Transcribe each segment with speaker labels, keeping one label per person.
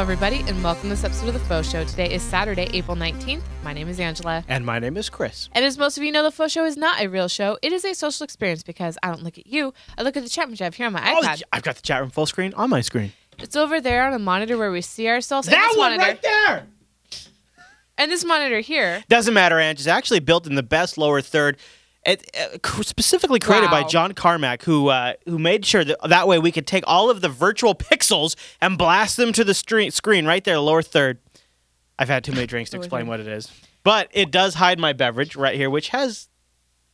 Speaker 1: everybody, and welcome to this episode of The Faux Show. Today is Saturday, April 19th. My name is Angela.
Speaker 2: And my name is Chris.
Speaker 1: And as most of you know, The Faux Show is not a real show. It is a social experience because I don't look at you. I look at the chat which I have here on my
Speaker 2: Oh,
Speaker 1: iPad.
Speaker 2: I've got the chat room full screen on my screen.
Speaker 1: It's over there on a monitor where we see ourselves. and
Speaker 2: That
Speaker 1: this
Speaker 2: one
Speaker 1: monitor,
Speaker 2: right there.
Speaker 1: And this monitor here.
Speaker 2: Doesn't matter, Ange. It's actually built in the best lower third. It, uh, cr- specifically created by
Speaker 1: Wow.
Speaker 2: John Carmack, who uh, who made sure that that way we could take all of the virtual pixels and blast them to the stre- screen right there, lower third. I've had too many drinks to
Speaker 1: Lower
Speaker 2: explain
Speaker 1: third.
Speaker 2: what it is, but it does hide my beverage right here, which has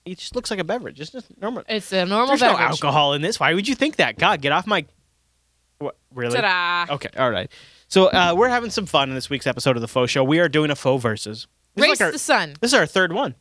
Speaker 2: it just looks like a beverage. It's just normal.
Speaker 1: It's a normal
Speaker 2: There's no
Speaker 1: beverage.
Speaker 2: alcohol in this. Why would you think that? God, get off my. What really? Oh,
Speaker 1: Ta-da.
Speaker 2: Okay, all right. So uh, we're having some fun in this week's episode of the Faux Show. We are doing a faux versus. This
Speaker 1: Race
Speaker 2: is, like our,
Speaker 1: the sun.
Speaker 2: this is our third one.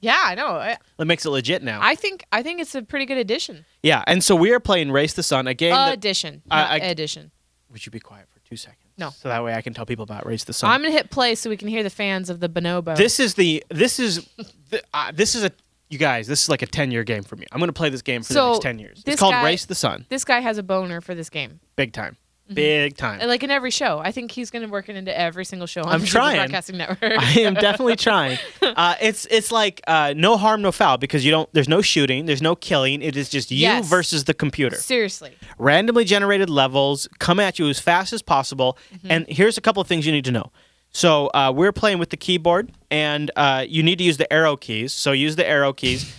Speaker 1: Yeah, I know. I,
Speaker 2: That makes it legit now.
Speaker 1: I think I think it's a pretty good addition.
Speaker 2: yeah, and so we are playing Race the Sun, a game that.
Speaker 1: addition,
Speaker 2: I-
Speaker 1: not
Speaker 2: I-
Speaker 1: addition.
Speaker 2: Would you be quiet for two seconds?
Speaker 1: No.
Speaker 2: So that way I can tell people about Race the Sun.
Speaker 1: I'm gonna hit play so we can hear the fans of the bonobo.
Speaker 2: This is the. This is. The, uh, this is a. You guys, this is like a 10 year game for me. I'm going to play this game for
Speaker 1: So,
Speaker 2: the next 10 years.
Speaker 1: this
Speaker 2: It's called
Speaker 1: guy-
Speaker 2: Race the Sun.
Speaker 1: this guy has a boner for this game.
Speaker 2: Big time.
Speaker 1: Mm-hmm.
Speaker 2: Big time.
Speaker 1: And, Uh, Like in every show, I think he's going to work it into every single show. On
Speaker 2: I'm
Speaker 1: the
Speaker 2: trying.
Speaker 1: Broadcasting network.
Speaker 2: I am definitely trying. Uh, it's it's like uh, no harm, no foul because you don't. There's no shooting. There's no killing. It is just you
Speaker 1: Yes.
Speaker 2: versus the computer.
Speaker 1: Seriously,
Speaker 2: Randomly generated levels come at you as fast as possible. And here's a couple of things you need to know. So uh, we're playing with the keyboard, and uh, you need to use the arrow keys. So use the arrow keys.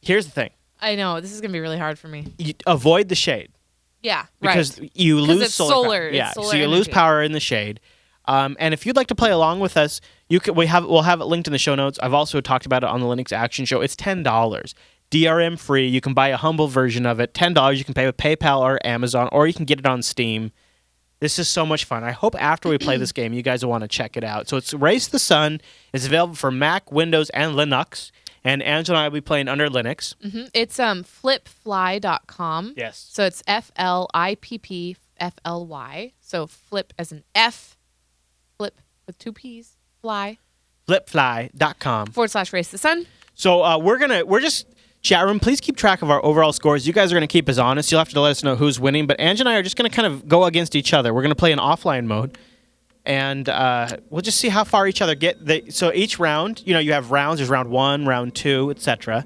Speaker 2: here's the thing:
Speaker 1: I know this is going to be really hard for me.
Speaker 2: you avoid the shade.
Speaker 1: Yeah,
Speaker 2: because
Speaker 1: right.
Speaker 2: you
Speaker 1: 'Cause
Speaker 2: lose
Speaker 1: it's
Speaker 2: solar, power.
Speaker 1: solar, it's
Speaker 2: Yeah,
Speaker 1: solar
Speaker 2: so you lose
Speaker 1: energy.
Speaker 2: power in the shade. Um, and if you'd like to play along with us, you can, we have we'll have it linked in the show notes. I've also talked about it on the Linux Action Show. It's ten dollars, DRM free. You can buy a humble version of it. Ten dollars. You can pay with PayPal or Amazon, or you can get it on Steam. This is so much fun. I hope after we play this game, you guys will want to check it out. So it's Race the Sun. It's available for Mac, Windows, and Linux. And Angela and I will be playing under Linux.
Speaker 1: Mhm. It's um flipfly.com.
Speaker 2: Yes.
Speaker 1: So it's F L I P P F L Y. So flip as an F, flip with two P's, fly
Speaker 2: Flipfly.com.
Speaker 1: forward slash race the sun.
Speaker 2: So uh, we're gonna we're just chat room. Please keep track of our overall scores. You guys are gonna keep us honest. You'll have to let us know who's winning. But Ange and I are just gonna kind of go against each other. We're gonna play in offline mode, and uh, we'll just see how far each other get. They, so each round, you know, you have rounds. There's round one, round two, etc.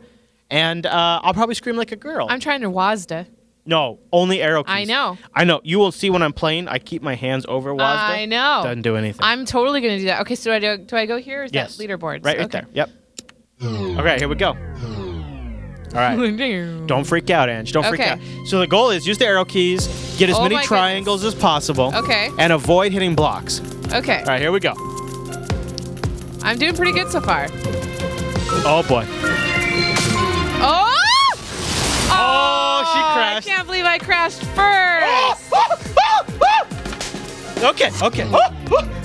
Speaker 2: And uh, I'll probably scream like a girl.
Speaker 1: I'm trying to WASDA.
Speaker 2: no, only arrow keys.
Speaker 1: I know.
Speaker 2: I know. You will see when I'm playing. I keep my hands over WASDA.
Speaker 1: I know.
Speaker 2: Doesn't do anything.
Speaker 1: I'm totally going to do that. Okay, so do I do, do I go here? Or is
Speaker 2: yes.
Speaker 1: that leaderboards?
Speaker 2: Right, right
Speaker 1: okay.
Speaker 2: there. Yep. Okay, here we go. All right. Don't freak out, Ange. Don't freak
Speaker 1: Mm. Okay.
Speaker 2: out. So the goal is use the arrow keys, get as
Speaker 1: Oh my
Speaker 2: many
Speaker 1: goodness.
Speaker 2: triangles as possible.
Speaker 1: Okay.
Speaker 2: And avoid hitting blocks.
Speaker 1: Okay,
Speaker 2: All right, here we go.
Speaker 1: I'm doing pretty good so far.
Speaker 2: Oh boy.
Speaker 1: Oh!
Speaker 2: Oh, she crashed.
Speaker 1: I can't believe I crashed first.
Speaker 2: Okay, okay.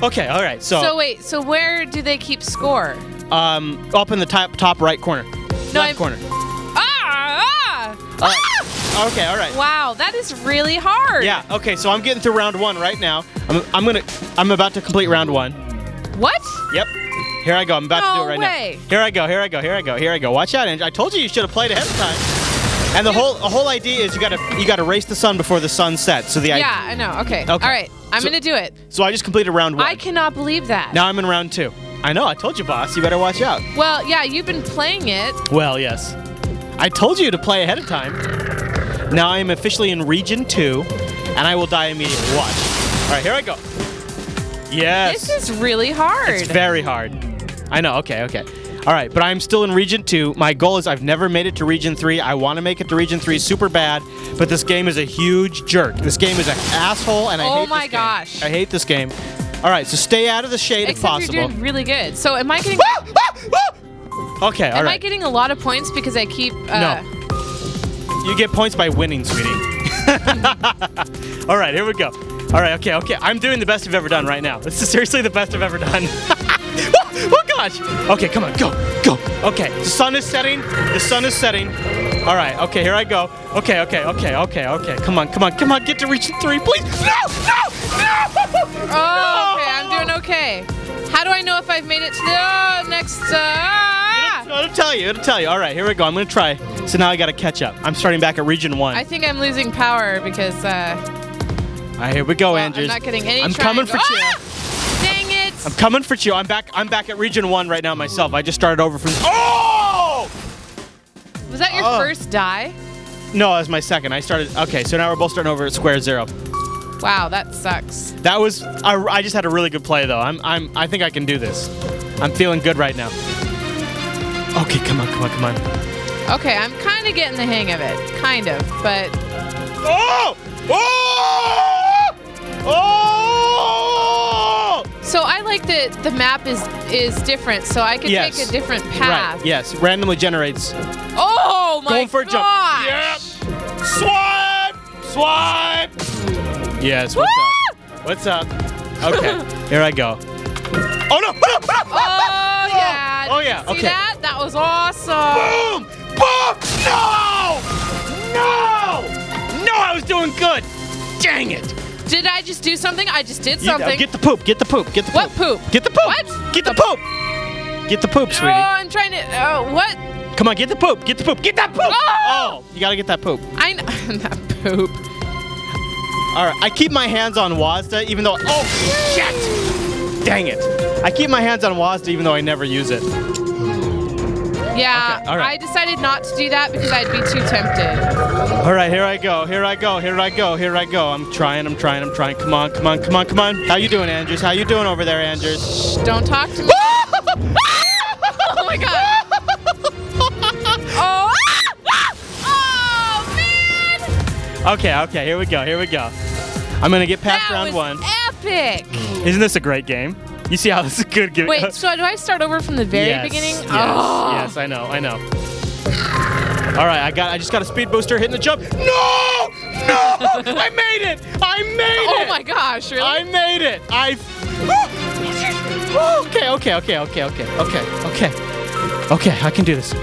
Speaker 2: Okay, all right. So,
Speaker 1: So wait, so where do they keep score?
Speaker 2: um up in the top top right corner. left
Speaker 1: I'm-
Speaker 2: corner.
Speaker 1: Ah! ah,
Speaker 2: All right.
Speaker 1: ah!
Speaker 2: Okay, all right.
Speaker 1: Wow, that is really hard.
Speaker 2: Yeah, okay. So I'm getting through round 1 right now. I'm I'm going to I'm about to complete round 1.
Speaker 1: What?
Speaker 2: Yep. Here I go. I'm about to
Speaker 1: No
Speaker 2: do it right
Speaker 1: way.
Speaker 2: now. Here I go. Here I go. Here I go. Here I go. Watch out, Andrew. I told you you should have played ahead of time. And the whole the whole idea is you gotta you gotta race the sun before the sun sets. So the idea.
Speaker 1: Yeah, I know. Okay. All right. I'm
Speaker 2: So-
Speaker 1: going to do it.
Speaker 2: So I just completed round one.
Speaker 1: I cannot believe that.
Speaker 2: now I'm in round two. I know. I told you, boss. You better watch out.
Speaker 1: Well, yeah, you've been playing it.
Speaker 2: Well, yes. I told you to play ahead of time. Now I am officially in region two, and I will die immediately. Watch. All right. Here I go. Yes.
Speaker 1: This is really hard.
Speaker 2: It's very hard. I know. Okay. Okay. All right. But I'm still in Region Two. My goal is I've never made it to Region Three. I want to make it to Region Three super bad. But this game is a huge jerk. This game is an asshole, and I
Speaker 1: Oh
Speaker 2: hate. this
Speaker 1: my
Speaker 2: game.
Speaker 1: gosh.
Speaker 2: I hate this game. All right. So stay out of the shade
Speaker 1: Except
Speaker 2: if possible.
Speaker 1: you're doing really good. So am I getting
Speaker 2: okay. Ah, All
Speaker 1: am I
Speaker 2: right.
Speaker 1: getting a lot of points because I keep uh,
Speaker 2: no. You get points by winning, sweetie. all right. Here we go. All right. Okay. Okay. I'm doing the best I've ever done right now. This is seriously the best I've ever done. oh gosh. Okay, come on, go, go. Okay, the sun is setting. The sun is setting. All right. Okay, here I go. Okay, okay, okay, okay, okay. Come on, come on, come on. Get to region three, please. No, no, no.
Speaker 1: Oh, okay. I'm doing okay. How do I know if I've made it to the oh, next? Uh, ah!
Speaker 2: It'll tell you. It'll tell you. All right, here we go. I'm gonna try. So now I gotta catch up. I'm starting back at region one.
Speaker 1: I think I'm losing power because uh,
Speaker 2: All right, here we go,
Speaker 1: Well,
Speaker 2: Oh, Andrews.
Speaker 1: I'm not getting any.
Speaker 2: I'm coming for
Speaker 1: triangle.
Speaker 2: you.
Speaker 1: Ah! Dang it!
Speaker 2: I'm coming for you. I'm back. I'm back at Region One right now myself. I just started over from. Oh!
Speaker 1: Was that your
Speaker 2: Oh.
Speaker 1: first die?
Speaker 2: No, that was my second. I started. Okay, so now we're both starting over at square zero.
Speaker 1: Wow, that sucks.
Speaker 2: That was. I, I just had a really good play though. I'm. I'm. I think I can do this. I'm feeling good right now. Okay, come on, come on, come on.
Speaker 1: Okay, I'm kind of getting the hang of it, kind of, but
Speaker 2: Oh! Oh! Oh!
Speaker 1: so I like that the map is is different, so I can
Speaker 2: Yes.
Speaker 1: take a different path.
Speaker 2: Right. Yes. Randomly generates.
Speaker 1: Oh my
Speaker 2: Going for a jump.
Speaker 1: gosh.
Speaker 2: Yep. Swipe. Swipe. Yes. What's up? What's up? Okay. here I go. Oh no! Oh, no.
Speaker 1: Oh yeah.
Speaker 2: Oh,
Speaker 1: Did you
Speaker 2: yeah,
Speaker 1: See
Speaker 2: okay.
Speaker 1: that? That was awesome.
Speaker 2: Boom! Boom! No! No! No! I was doing good. Dang it!
Speaker 1: Did I just do something? I just did
Speaker 2: You- uh,
Speaker 1: something.
Speaker 2: get the poop. Get the poop. Get the
Speaker 1: What
Speaker 2: poop.
Speaker 1: poop?
Speaker 2: Get the poop.
Speaker 1: What?
Speaker 2: Get the poop. Get the poop,
Speaker 1: oh,
Speaker 2: sweetie.
Speaker 1: I'm trying to. Uh, what?
Speaker 2: Come on, get the poop. Get the poop. Get that poop.
Speaker 1: Oh!
Speaker 2: you gotta get that poop.
Speaker 1: I kn- that poop.
Speaker 2: All right, I keep my hands on WASDA even though. Oh shit! Dang it! I keep my hands on WASDA even though I never use it.
Speaker 1: Yeah.
Speaker 2: Okay, all right.
Speaker 1: I decided not to do that because I'd be too tempted.
Speaker 2: All right, here I go. Here I go. Here I go. Here I go. I'm trying. I'm trying. I'm trying. Come on. Come on. Come on. Come on. How you doing, Andrews? How you doing over there, Andrews?
Speaker 1: Shh, don't talk to me. oh my god. oh. oh man.
Speaker 2: Okay. Okay. Here we go. Here we go. I'm gonna get past
Speaker 1: That
Speaker 2: round
Speaker 1: was
Speaker 2: one.
Speaker 1: epic.
Speaker 2: Isn't this a great game? You see how this is a good game?
Speaker 1: Wait. So do I start over from the very
Speaker 2: yes,
Speaker 1: beginning?
Speaker 2: Yes,
Speaker 1: oh.
Speaker 2: yes, I know, I know. All right, I got. I just got a speed booster hitting the jump. No, no, I made it! I made
Speaker 1: Oh
Speaker 2: it!
Speaker 1: my gosh. Really?
Speaker 2: I made it! I. okay, okay, okay, okay, okay, okay, okay, okay. I can do this.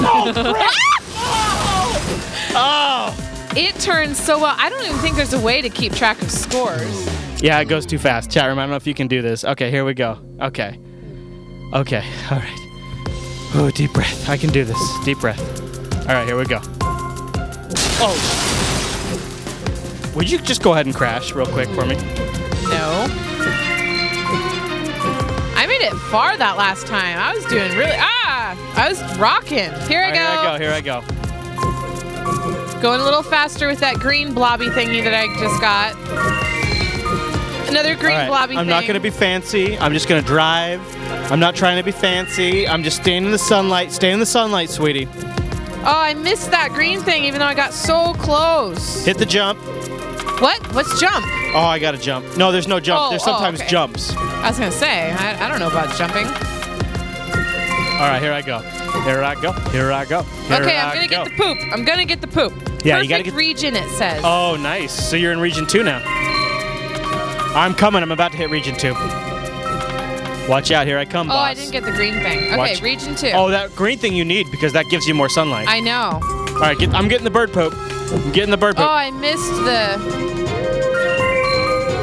Speaker 2: No, no, no! crap. oh,
Speaker 1: It turns so well. I don't even think there's a way to keep track of scores.
Speaker 2: yeah, it goes too fast. Chat room, I don't know if you can do this. Okay, here we go. Okay, okay, all right. Oh, deep breath. I can do this. Deep breath. All right, here we go. Oh. Would you just go ahead and crash real quick for me?
Speaker 1: No. I made it far that last time. I was doing really ah. I was rocking. Here I
Speaker 2: All
Speaker 1: go.
Speaker 2: right, Here I go. Here I go.
Speaker 1: Going a little faster with that green blobby thingy that I just got. Another green
Speaker 2: All right,
Speaker 1: blobby
Speaker 2: I'm
Speaker 1: thing.
Speaker 2: not going to be fancy. I'm just going to drive. I'm not trying to be fancy. I'm just staying in the sunlight. Stay in the sunlight, sweetie.
Speaker 1: Oh, I missed that green thing even though I got so close.
Speaker 2: Hit the jump.
Speaker 1: What? What's jump?
Speaker 2: Oh, I got to jump. No, there's no jump.
Speaker 1: Oh,
Speaker 2: there's
Speaker 1: oh,
Speaker 2: sometimes
Speaker 1: okay.
Speaker 2: jumps.
Speaker 1: I was gonna say, I, I don't know about jumping.
Speaker 2: All right, here I go. Here I go. Here I go. Here
Speaker 1: okay,
Speaker 2: I
Speaker 1: I'm gonna
Speaker 2: go.
Speaker 1: get the poop. I'm gonna get the poop.
Speaker 2: Yeah,
Speaker 1: Perfect
Speaker 2: you gotta get-
Speaker 1: region it says.
Speaker 2: Oh, nice. So you're in region two now. I'm coming. I'm about to hit region two. Watch out. Here I come,
Speaker 1: Oh,
Speaker 2: boss.
Speaker 1: I didn't get the green thing. Okay,
Speaker 2: Watch.
Speaker 1: region two.
Speaker 2: Oh, that green thing you need because that gives you more sunlight.
Speaker 1: I know. Oh,
Speaker 2: All right, get, I'm getting the bird poop. I'm getting the bird poop.
Speaker 1: I missed the.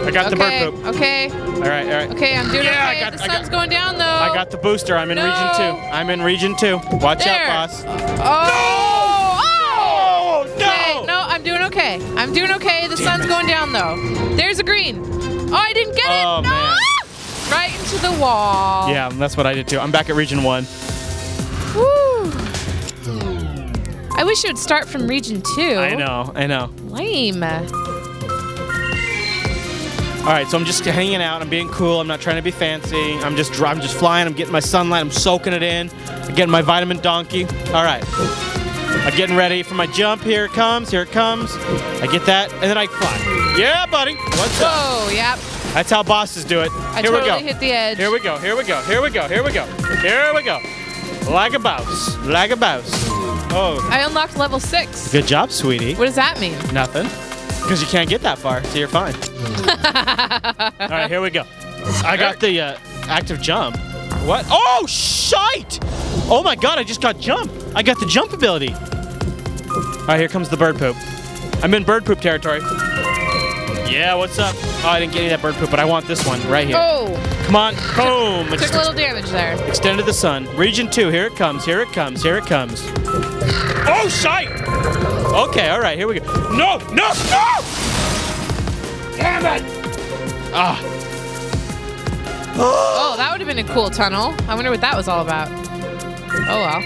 Speaker 2: I got the
Speaker 1: Oh, okay,
Speaker 2: bird poop.
Speaker 1: okay,
Speaker 2: All right, all right.
Speaker 1: okay. I'm doing
Speaker 2: Yeah, I
Speaker 1: okay.
Speaker 2: got-
Speaker 1: the
Speaker 2: I got-
Speaker 1: sun's going down though.
Speaker 2: I got the booster. I'm in
Speaker 1: No.
Speaker 2: region two. I'm in region two. Watch
Speaker 1: There.
Speaker 2: out, boss.
Speaker 1: Oh. oh!
Speaker 2: Oh no!
Speaker 1: Okay, no, I'm doing okay. I'm doing okay. The sun's going down though. There's a green. Oh, I didn't get
Speaker 2: Oh,
Speaker 1: it. No.
Speaker 2: man.
Speaker 1: Right into the wall.
Speaker 2: Yeah, that's what I did too. I'm back at region one.
Speaker 1: Woo. I wish it would start from region two.
Speaker 2: I know. I know.
Speaker 1: Lame.
Speaker 2: All right, so I'm just hanging out. I'm being cool. I'm not trying to be fancy. I'm just dri- I'm just flying. I'm getting my sunlight. I'm soaking it in. I'm getting my vitamin donkey. All right. I'm getting ready for my jump. Here it comes. Here it comes. I get that, and then I fly. Yeah, buddy. What's up?
Speaker 1: Whoa. Yep.
Speaker 2: That's how bosses do it.
Speaker 1: I
Speaker 2: Here
Speaker 1: totally
Speaker 2: we go.
Speaker 1: hit the edge.
Speaker 2: Here we go. Here we go. Here we go. Here we go. Here we go. Like a bouse. Like a bouse. Oh.
Speaker 1: I unlocked level six.
Speaker 2: Good job, sweetie.
Speaker 1: What does that mean?
Speaker 2: Nothing. Because you can't get that far, so you're fine. All right, here we go. I got the uh, active jump. What? Oh, shite! Oh my god, I just got jump. I got the jump ability. All right, here comes the bird poop. I'm in bird poop territory. Yeah, what's up? Oh, I didn't get any of that bird poop, but I want this one right here.
Speaker 1: Oh.
Speaker 2: Come on, boom!
Speaker 1: Took a little damage there.
Speaker 2: Extended the sun. Region two, here it comes, here it comes, here it comes. Oh, shite! Okay, all right, here we go. No, no, no! Damn it! Ah,
Speaker 1: Oh, that would have been a cool tunnel. I wonder what that was all about. Oh well.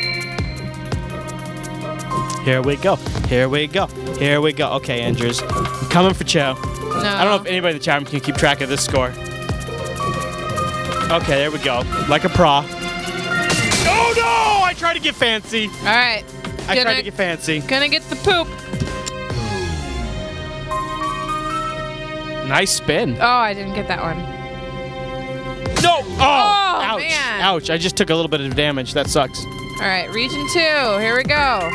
Speaker 2: here we go, here we go, here we go. Okay, Andrews, I'm coming for Cho.
Speaker 1: No.
Speaker 2: I don't know if anybody in the chat room can keep track of this score. Okay, there we go. Like a pra. Oh no! I tried to get fancy.
Speaker 1: All right.
Speaker 2: I
Speaker 1: Gonna-
Speaker 2: tried to get fancy.
Speaker 1: Gonna get the poop.
Speaker 2: Nice spin.
Speaker 1: Oh, I didn't get that one.
Speaker 2: No! Oh! ouch!
Speaker 1: man.
Speaker 2: Ouch! I just took a little bit of damage. That sucks.
Speaker 1: All right, region two. Here we go.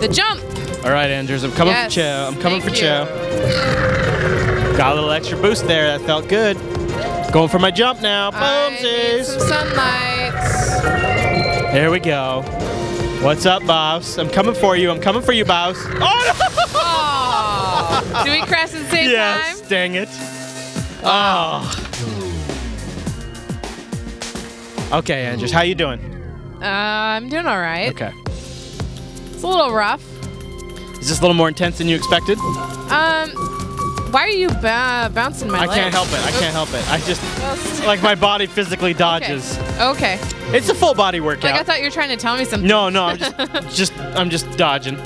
Speaker 1: The jump.
Speaker 2: All right, Andrews, I'm coming
Speaker 1: Yes,
Speaker 2: for Cho. I'm coming
Speaker 1: thank
Speaker 2: for
Speaker 1: you.
Speaker 2: Cho. Got a little extra boost there. That felt good. Going for my jump now.
Speaker 1: I need
Speaker 2: Boomsies.
Speaker 1: some sunlight.
Speaker 2: There we go. What's up, Boss? I'm coming for you. I'm coming for you, Boss. Oh no!
Speaker 1: Oh, do we crash at the same
Speaker 2: Yes,
Speaker 1: time?
Speaker 2: dang it. Oh. Okay, Andrews, how you doing?
Speaker 1: Uh, I'm doing all right.
Speaker 2: Okay.
Speaker 1: It's a little rough.
Speaker 2: Is this a little more intense than you expected?
Speaker 1: Um, why are you ba- bouncing my
Speaker 2: I
Speaker 1: leg?
Speaker 2: can't help it. I can't help it. I just
Speaker 1: Oops.
Speaker 2: like my body physically dodges.
Speaker 1: Okay.
Speaker 2: It's a full body
Speaker 1: Like I
Speaker 2: workout.
Speaker 1: thought you were trying to tell me something.
Speaker 2: No, no, I'm just just I'm just dodging.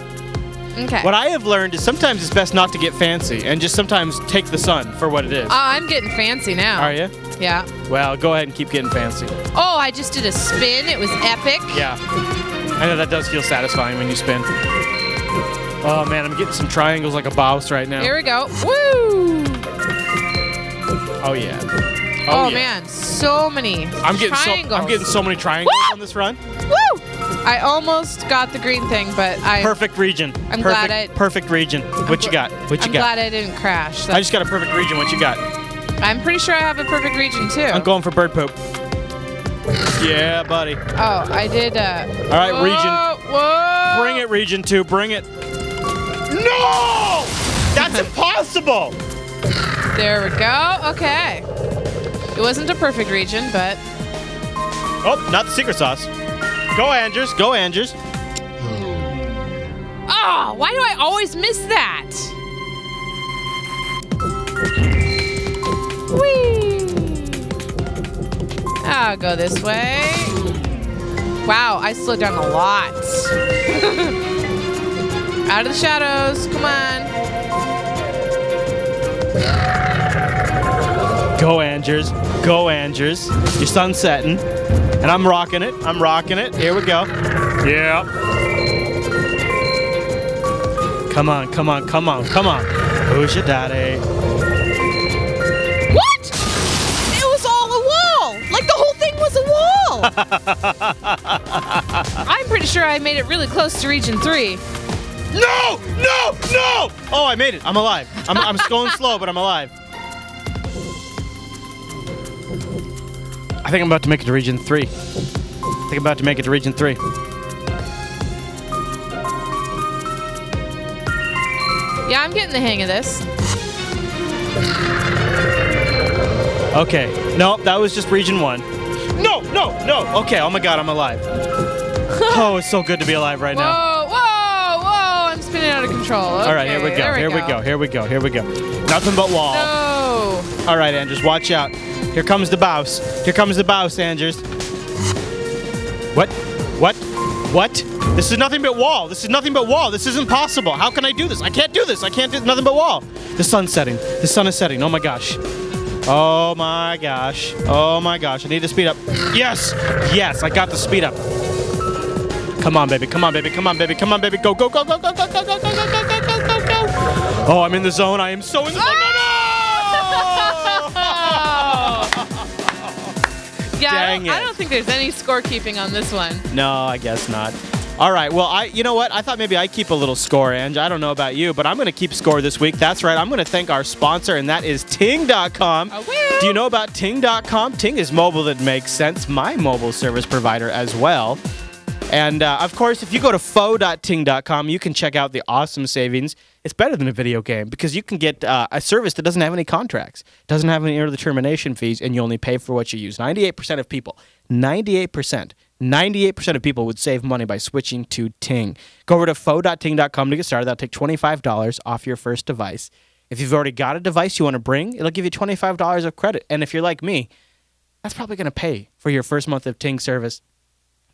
Speaker 1: Okay.
Speaker 2: What I have learned is sometimes it's best not to get fancy and just sometimes take the sun for what it is.
Speaker 1: oh, I'm getting fancy now.
Speaker 2: Are you?
Speaker 1: Yeah.
Speaker 2: Well, go ahead and keep getting fancy.
Speaker 1: Oh, I just did a spin. It was epic.
Speaker 2: Yeah. I know that does feel satisfying when you spin. Oh man, I'm getting some triangles like a boss right now.
Speaker 1: Here we go. Woo!
Speaker 2: Oh yeah.
Speaker 1: Oh,
Speaker 2: yeah.
Speaker 1: man, so many.
Speaker 2: I'm getting
Speaker 1: triangles.
Speaker 2: so I'm getting so many triangles
Speaker 1: Woo!
Speaker 2: on this run.
Speaker 1: Woo! I almost got the green thing, but I.
Speaker 2: Perfect region.
Speaker 1: I'm
Speaker 2: perfect,
Speaker 1: glad I-
Speaker 2: perfect region. What you got? What you
Speaker 1: I'm
Speaker 2: got?
Speaker 1: glad I didn't crash.
Speaker 2: I just got a perfect region. What you got?
Speaker 1: I'm pretty sure I have a perfect region too.
Speaker 2: I'm going for bird poop. Yeah, buddy.
Speaker 1: Oh, I did. Uh,
Speaker 2: All right,
Speaker 1: whoa,
Speaker 2: region.
Speaker 1: Whoa!
Speaker 2: Bring it, region two. Bring it. No! That's impossible.
Speaker 1: There we go. Okay. It wasn't a perfect region, but
Speaker 2: Oh, not the secret sauce. Go, Andrews. Go, Andrews.
Speaker 1: oh, why do I always miss that? Whee! I'll go this way. Wow, I slowed down a lot. Out of the shadows. Come on.
Speaker 2: Go, Andrews. Go, Andrews. Your sun's setting. And I'm rocking it. I'm rocking it. Here we go. Yeah. Come on, come on, come on, come on. Who's your daddy?
Speaker 1: What? It was all a wall. Like the whole thing was a wall. I'm pretty sure I made it really close to region three.
Speaker 2: No! No! No! Oh, I made it. I'm alive. I'm, I'm going slow, but I'm alive. I think I'm about to make it to region three. I think I'm about to make it to region three.
Speaker 1: Yeah, I'm getting the hang of this.
Speaker 2: Okay. Nope, that was just region one. No, no, no. Okay, oh my god, I'm alive. oh, it's so good to be alive right
Speaker 1: Whoa,
Speaker 2: now.
Speaker 1: whoa, whoa! I'm spinning out of control.
Speaker 2: All right, here we
Speaker 1: Okay,
Speaker 2: go.
Speaker 1: there
Speaker 2: Here we go. Here we go. Here we go. Nothing but wall.
Speaker 1: No.
Speaker 2: All right, Andrews, watch out. Here comes the bouse. Here comes the bouse, Andrews. What? What? What? This is nothing but wall. This is nothing but wall. This is impossible. How can I do this? I can't do this. I can't do nothing but wall. The sun's setting. The sun is setting. Oh my gosh. Oh my gosh. Oh my gosh. I need to speed up. Yes. Yes. I got the speed up. Come on, baby. Come on, baby. Come on, baby. Come on, baby. Go, go, go, go, go, go, go, go, go, go, go, go, go, go, go. Oh, I'm in the zone. I am so in the zone. No, no!
Speaker 1: Yeah, I
Speaker 2: Dang
Speaker 1: don't, I
Speaker 2: it.
Speaker 1: don't think there's any scorekeeping on this one.
Speaker 2: No, I guess not. All right. Well, I you know what? I thought maybe I keep a little score, Ange. I don't know about you, but I'm going to keep score this week. That's right. I'm going to thank our sponsor, and that is Ting.com.
Speaker 1: I will.
Speaker 2: Do you know about Ting.com? Ting is mobile that makes sense. My mobile service provider as well. And uh, of course, if you go to fo.ting.com, you can check out the awesome savings. it's better than a video game because you can get uh, a service that doesn't have any contracts, doesn't have any early termination fees, and you only pay for what you use. 98% of people, 98%, 98% of people would save money by switching to Ting. Go over to fo.ting.com to get started. That'll take $25 off your first device. If you've already got a device you want to bring, it'll give you $25 of credit. And if you're like me, that's probably going to pay for your first month of Ting service.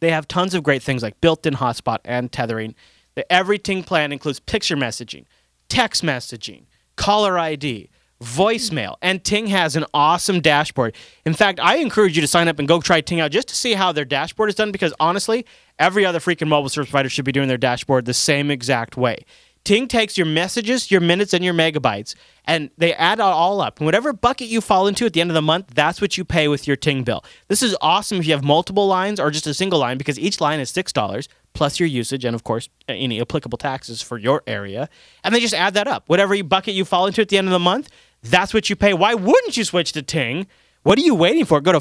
Speaker 2: They have tons of great things like built-in hotspot and tethering. The every Ting plan includes picture messaging, text messaging, caller ID, voicemail, and Ting has an awesome dashboard. In fact, I encourage you to sign up and go try Ting out just to see how their dashboard is done because honestly, every other freaking mobile service provider should be doing their dashboard the same exact way. Ting takes your messages, your minutes, and your megabytes, and they add it all up. And whatever bucket you fall into at the end of the month, that's what you pay with your Ting bill. This is awesome if you have multiple lines or just a single line because each line is $6 plus your usage and, of course, any applicable taxes for your area. And they just add that up. Whatever bucket you fall into at the end of the month, that's what you pay. Why wouldn't you switch to Ting? What are you waiting for? Go to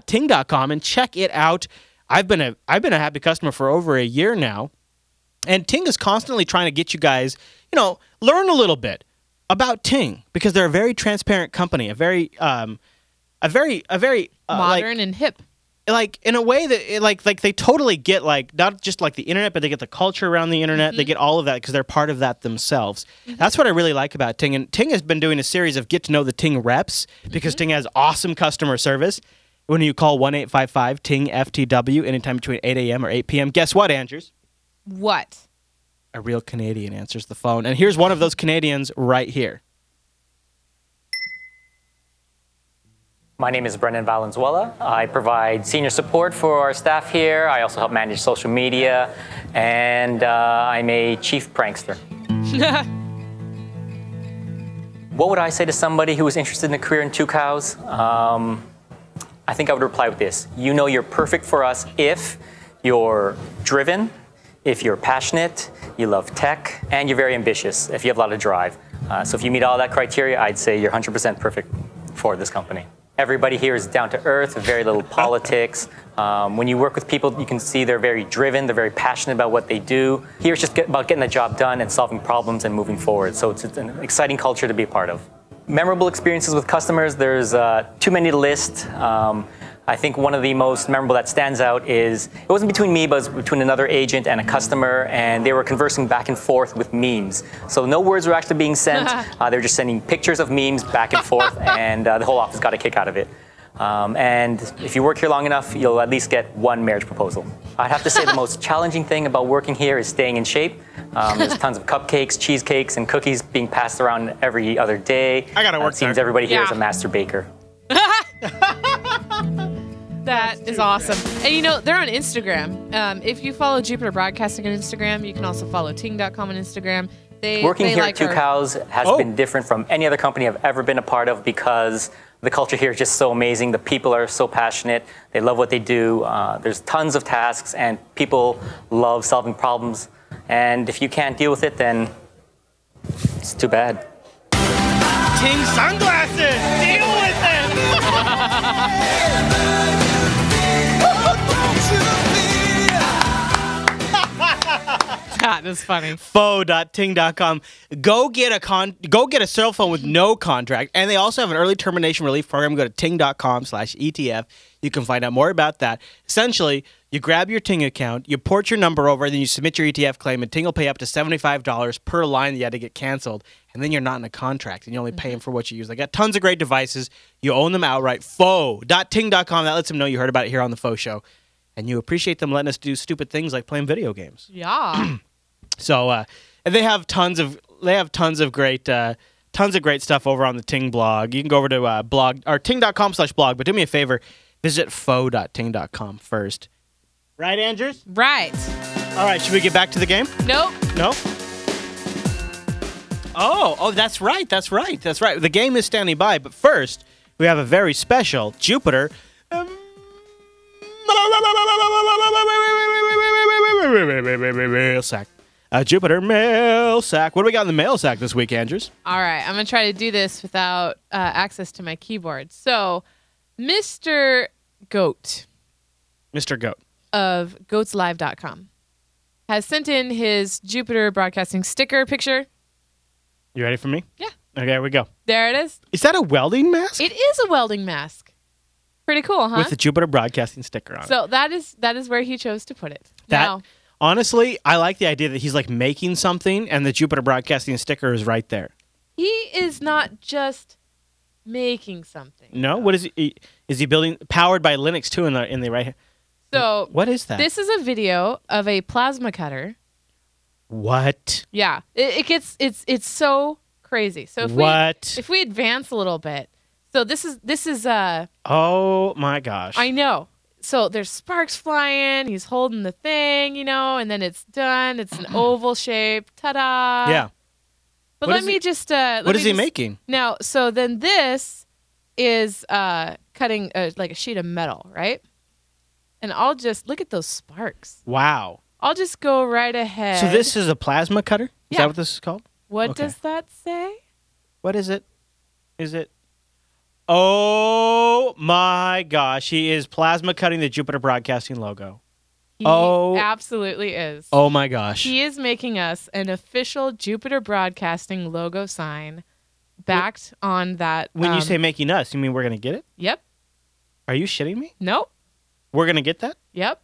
Speaker 2: fo.ting.com and check it out. I've been a I've been a happy customer for over a year now. And Ting is constantly trying to get you guys, you know, learn a little bit about Ting because they're a very transparent company, a very, um, a very, a very uh, like-
Speaker 1: Modern and hip.
Speaker 2: like in a way that it, like like they totally get like not just like the internet but they get the culture around the internet they get all of that because they're part of that themselves that's what i really like about ting and ting has been doing a series of get to know the ting reps because ting has awesome customer service when you call 1855 ting ftw anytime between 8 a.m or 8 p.m guess what andrews
Speaker 1: What?
Speaker 2: a real canadian answers the phone and here's one of those canadians right here
Speaker 3: My name is Brendan Valenzuela. I provide senior support for our staff here. I also help manage social media, and uh, I'm a chief prankster.
Speaker 2: Hmm.
Speaker 3: what would I say to somebody who is interested in a career in two cows? Um, I think I would reply with this You know, you're perfect for us if you're driven, if you're passionate, you love tech, and you're very ambitious, if you have a lot of drive. Uh, so if you meet all that criteria, I'd say you're 100% perfect for this company. Everybody here is down to earth, very little politics. Um, when you work with people, you can see they're very driven, they're very passionate about what they do. Here it's just get, about getting the job done and solving problems and moving forward. So it's, it's an exciting culture to be a part of. Memorable experiences with customers, there's uh, too many to list. Um, I think one of the most memorable that stands out is it wasn't between me, but it was between another agent and a customer, and they were conversing back and forth with memes. So no words were actually being sent. uh, they were just sending pictures of memes back and forth, and uh, the whole office got a kick out of it. Um, and if you work here long enough, you'll at least get one marriage proposal. I'd have to say the most challenging thing about working here is staying in shape. Um, there's tons of cupcakes, cheesecakes, and cookies being passed around every other day.
Speaker 2: I gotta
Speaker 3: Uh,
Speaker 2: work
Speaker 3: It seems
Speaker 2: there.
Speaker 3: everybody here is
Speaker 1: Yeah.
Speaker 3: a master baker.
Speaker 1: That is awesome. And you know, they're on Instagram. Um, if you follow Jupiter Broadcasting on Instagram, you can also follow ting.com on Instagram. They
Speaker 3: Working
Speaker 1: they
Speaker 3: here
Speaker 1: like
Speaker 3: at Two
Speaker 1: our-
Speaker 3: Cows has
Speaker 2: Oh.
Speaker 3: been different from any other company I've ever been a part of because the culture here is just so amazing. The people are so passionate. They love what they do. Uh, there's tons of tasks, and people love solving problems. And if you can't deal with it, then it's too bad.
Speaker 2: ting sunglasses deal with them
Speaker 1: That is funny.
Speaker 2: fo.ting.com. Go get a con go get a cell phone with no contract. And they also have an early termination relief program. Go to ting.com slash ETF. You can find out more about that. Essentially, you grab your Ting account, you port your number over, then you submit your ETF claim, and Ting will pay up to $75 per line that you had to get canceled. And then you're not in a contract and you're only paying for what you use. They got tons of great devices. You own them outright. Fo.ting.com. That lets them know you heard about it here on the Fo Show. And you appreciate them letting us do stupid things like playing video games.
Speaker 1: Yeah.
Speaker 2: So uh, and they have tons of they have tons of great uh, tons of great stuff over on the Ting blog. You can go over to uh, blog or ting.com slash blog, but do me a favor, visit fo.ting.com first. Right, Andrews?
Speaker 1: right.
Speaker 2: All right, should we get back to the game?
Speaker 1: Nope.
Speaker 2: No? Oh, oh, that's right, that's right, that's right. The game is standing by, but first, we have a very special Jupiter. um, Mail sack. A Jupiter mail sack. What do we got in the mail sack this week, Andrews?
Speaker 1: All right, I'm gonna try to do this without uh, access to my keyboard. So, Mr. Goat
Speaker 2: Mr. Goat.
Speaker 1: of goatslive.com has sent in his Jupiter Broadcasting sticker picture
Speaker 2: You ready for me?
Speaker 1: Yeah.
Speaker 2: Okay, here we go.
Speaker 1: There it is.
Speaker 2: Is that a welding mask?
Speaker 1: It is a welding mask. Pretty cool, huh?
Speaker 2: With the Jupiter Broadcasting sticker on it.
Speaker 1: so that is that is where he chose to put it.
Speaker 2: That
Speaker 1: now,
Speaker 2: honestly, I like the idea that he's like making something, and the Jupiter Broadcasting sticker is right there.
Speaker 1: he is not just making something.
Speaker 2: No, what is he? Is he building powered by Linux too? In the in the right.
Speaker 1: So
Speaker 2: What is that?
Speaker 1: Oh, this is a video of a plasma cutter.
Speaker 2: What?
Speaker 1: Yeah, it, it gets it's it's so crazy. So if
Speaker 2: What?
Speaker 1: we if we advance a little bit, so this is this is uh
Speaker 2: oh my gosh!
Speaker 1: I know. So there's sparks flying. He's holding the thing, you know, and then it's done. It's an oval shape. Ta-da!
Speaker 2: yeah.
Speaker 1: But
Speaker 2: What
Speaker 1: let
Speaker 2: is
Speaker 1: me
Speaker 2: he-
Speaker 1: just uh, let
Speaker 2: What
Speaker 1: me
Speaker 2: is he
Speaker 1: just-
Speaker 2: making?
Speaker 1: Now, so then this is uh cutting a, like a sheet of metal, right? And I'll just look at those sparks.
Speaker 2: Wow.
Speaker 1: I'll just go right ahead.
Speaker 2: So this is a plasma cutter. Is
Speaker 1: Yeah.
Speaker 2: that what this is called?
Speaker 1: What
Speaker 2: okay.
Speaker 1: does that say?
Speaker 2: What is it? Is it? Oh my gosh! He is plasma cutting the Jupiter Broadcasting logo.
Speaker 1: He
Speaker 2: Oh.
Speaker 1: absolutely is.
Speaker 2: Oh my gosh!
Speaker 1: He is making us an official Jupiter Broadcasting logo sign backed on that.
Speaker 2: when
Speaker 1: um,
Speaker 2: you say making us, you mean we're gonna get it?
Speaker 1: yep,
Speaker 2: Are you shitting me?
Speaker 1: nope,
Speaker 2: We're gonna get that?
Speaker 1: yep,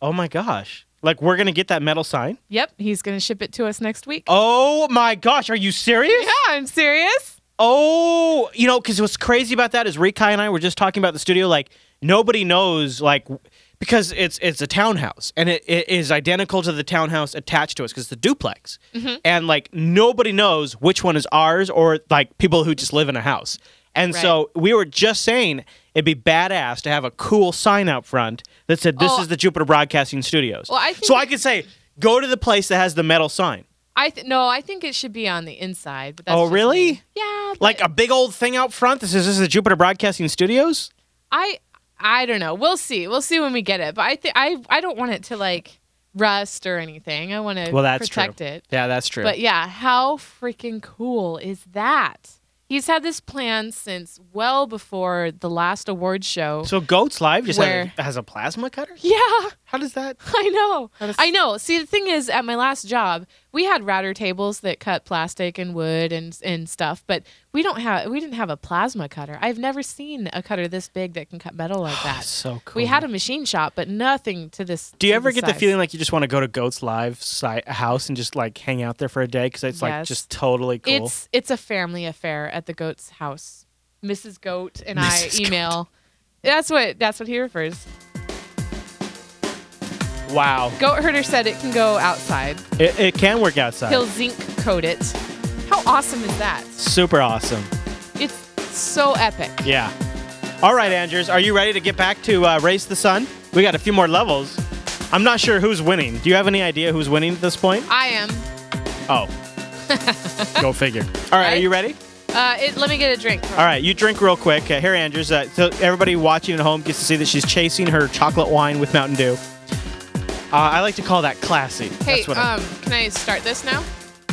Speaker 2: Oh my gosh! Like we're gonna get that metal sign?
Speaker 1: yep, he's going to ship it to us next week.
Speaker 2: Oh my gosh! Are you serious?
Speaker 1: Yeah, I'm serious.
Speaker 2: Oh, you know, because what's crazy about that is Rikai and I were just talking about the studio. Like nobody knows, like w- because it's it's a townhouse and it, it is identical to the townhouse attached to us because it's a duplex,
Speaker 1: Mm-hmm.
Speaker 2: and like nobody knows which one is ours or like people who just live in a house. And
Speaker 1: Right.
Speaker 2: so we were just saying it'd be badass to have a cool sign out front that said "This
Speaker 1: Oh.
Speaker 2: is the Jupiter Broadcasting Studios."
Speaker 1: Well, I think
Speaker 2: so I
Speaker 1: it-
Speaker 2: could say, "Go to the place that has the metal sign."
Speaker 1: I th- no, I think it should be on the inside. But that's
Speaker 2: Oh,
Speaker 1: just
Speaker 2: really?
Speaker 1: me. Yeah. but
Speaker 2: Like a big old thing out front that says "This is the Jupiter Broadcasting Studios."
Speaker 1: I I don't know. We'll see. We'll see when we get it. But I think I I don't want it to like rust or anything. I want to
Speaker 2: Well, that's
Speaker 1: protect
Speaker 2: true.
Speaker 1: it.
Speaker 2: Yeah, that's true.
Speaker 1: But yeah, how freaking cool is that? He's had this plan since well before the last award show.
Speaker 2: so Goats Live just
Speaker 1: Where-
Speaker 2: had a, has a plasma cutter?
Speaker 1: yeah,
Speaker 2: How does that?
Speaker 1: I know.
Speaker 2: That is-
Speaker 1: I know. See, the thing is, at my last job, we had router tables that cut plastic and wood and and stuff, but we don't have we didn't have a plasma cutter. I've never seen a cutter this big that can cut metal like that.
Speaker 2: Oh, so cool.
Speaker 1: We had a machine shop, but nothing to this.
Speaker 2: Do you
Speaker 1: to
Speaker 2: ever
Speaker 1: this
Speaker 2: get the
Speaker 1: size.
Speaker 2: feeling like you just want to go to Goats Live si- house and just like hang out there for a day because it's like
Speaker 1: Yes.
Speaker 2: just totally cool?
Speaker 1: It's it's a family affair at the goat's house. Mrs. Goat and
Speaker 2: Mrs.
Speaker 1: I
Speaker 2: Goat.
Speaker 1: email. That's what that's what he refers.
Speaker 2: wow.
Speaker 1: Goat herder said it can go outside.
Speaker 2: It, it can work outside.
Speaker 1: He'll zinc coat it. How awesome is that?
Speaker 2: Super awesome.
Speaker 1: It's so epic.
Speaker 2: Yeah. All right, Andrews, are you ready to get back to uh, Race the Sun? We got a few more levels. I'm not sure who's winning. Do you have any idea who's winning at this point?
Speaker 1: I am.
Speaker 2: Oh. go figure. All right,
Speaker 1: Right?
Speaker 2: are you ready?
Speaker 1: Uh, it, let me get a drink.
Speaker 2: All right, you drink real quick. Uh, here, Andrews. Uh, so everybody watching at home gets to see that she's chasing her chocolate wine with Mountain Dew. Uh, I like to call that classy.
Speaker 1: Hey,
Speaker 2: That's what I-
Speaker 1: um, can I start this now?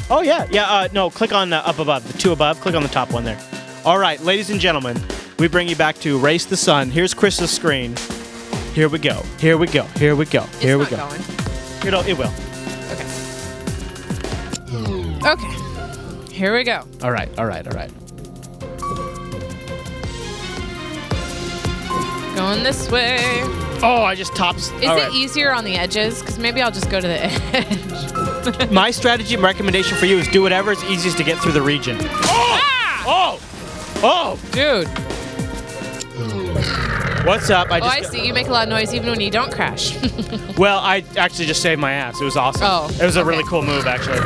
Speaker 2: oh yeah, yeah. Uh, no, click on uh, up above, the two above. Click on the top one there. All right, ladies and gentlemen, we bring you back to Race the Sun. Here's Chris's screen. Here we go. Here we go. Here we go. Here
Speaker 1: it's
Speaker 2: we
Speaker 1: not
Speaker 2: go. It'll, it will.
Speaker 1: Going. Okay. Here we go.
Speaker 2: All right. All right. All right.
Speaker 1: Going this way.
Speaker 2: Oh, I just tops.
Speaker 1: Is it easier on the edges? Because maybe I'll just go to the edge.
Speaker 2: My strategy and recommendation for you is do whatever is easiest to get through the region.
Speaker 1: Ah!
Speaker 2: Oh, oh.
Speaker 1: Dude.
Speaker 2: What's up? I
Speaker 1: Oh,
Speaker 2: just
Speaker 1: I see. You make a lot of noise even when you don't crash.
Speaker 2: Well, I actually just saved my ass. It was awesome.
Speaker 1: Oh,
Speaker 2: it was a
Speaker 1: okay.
Speaker 2: really cool move, actually.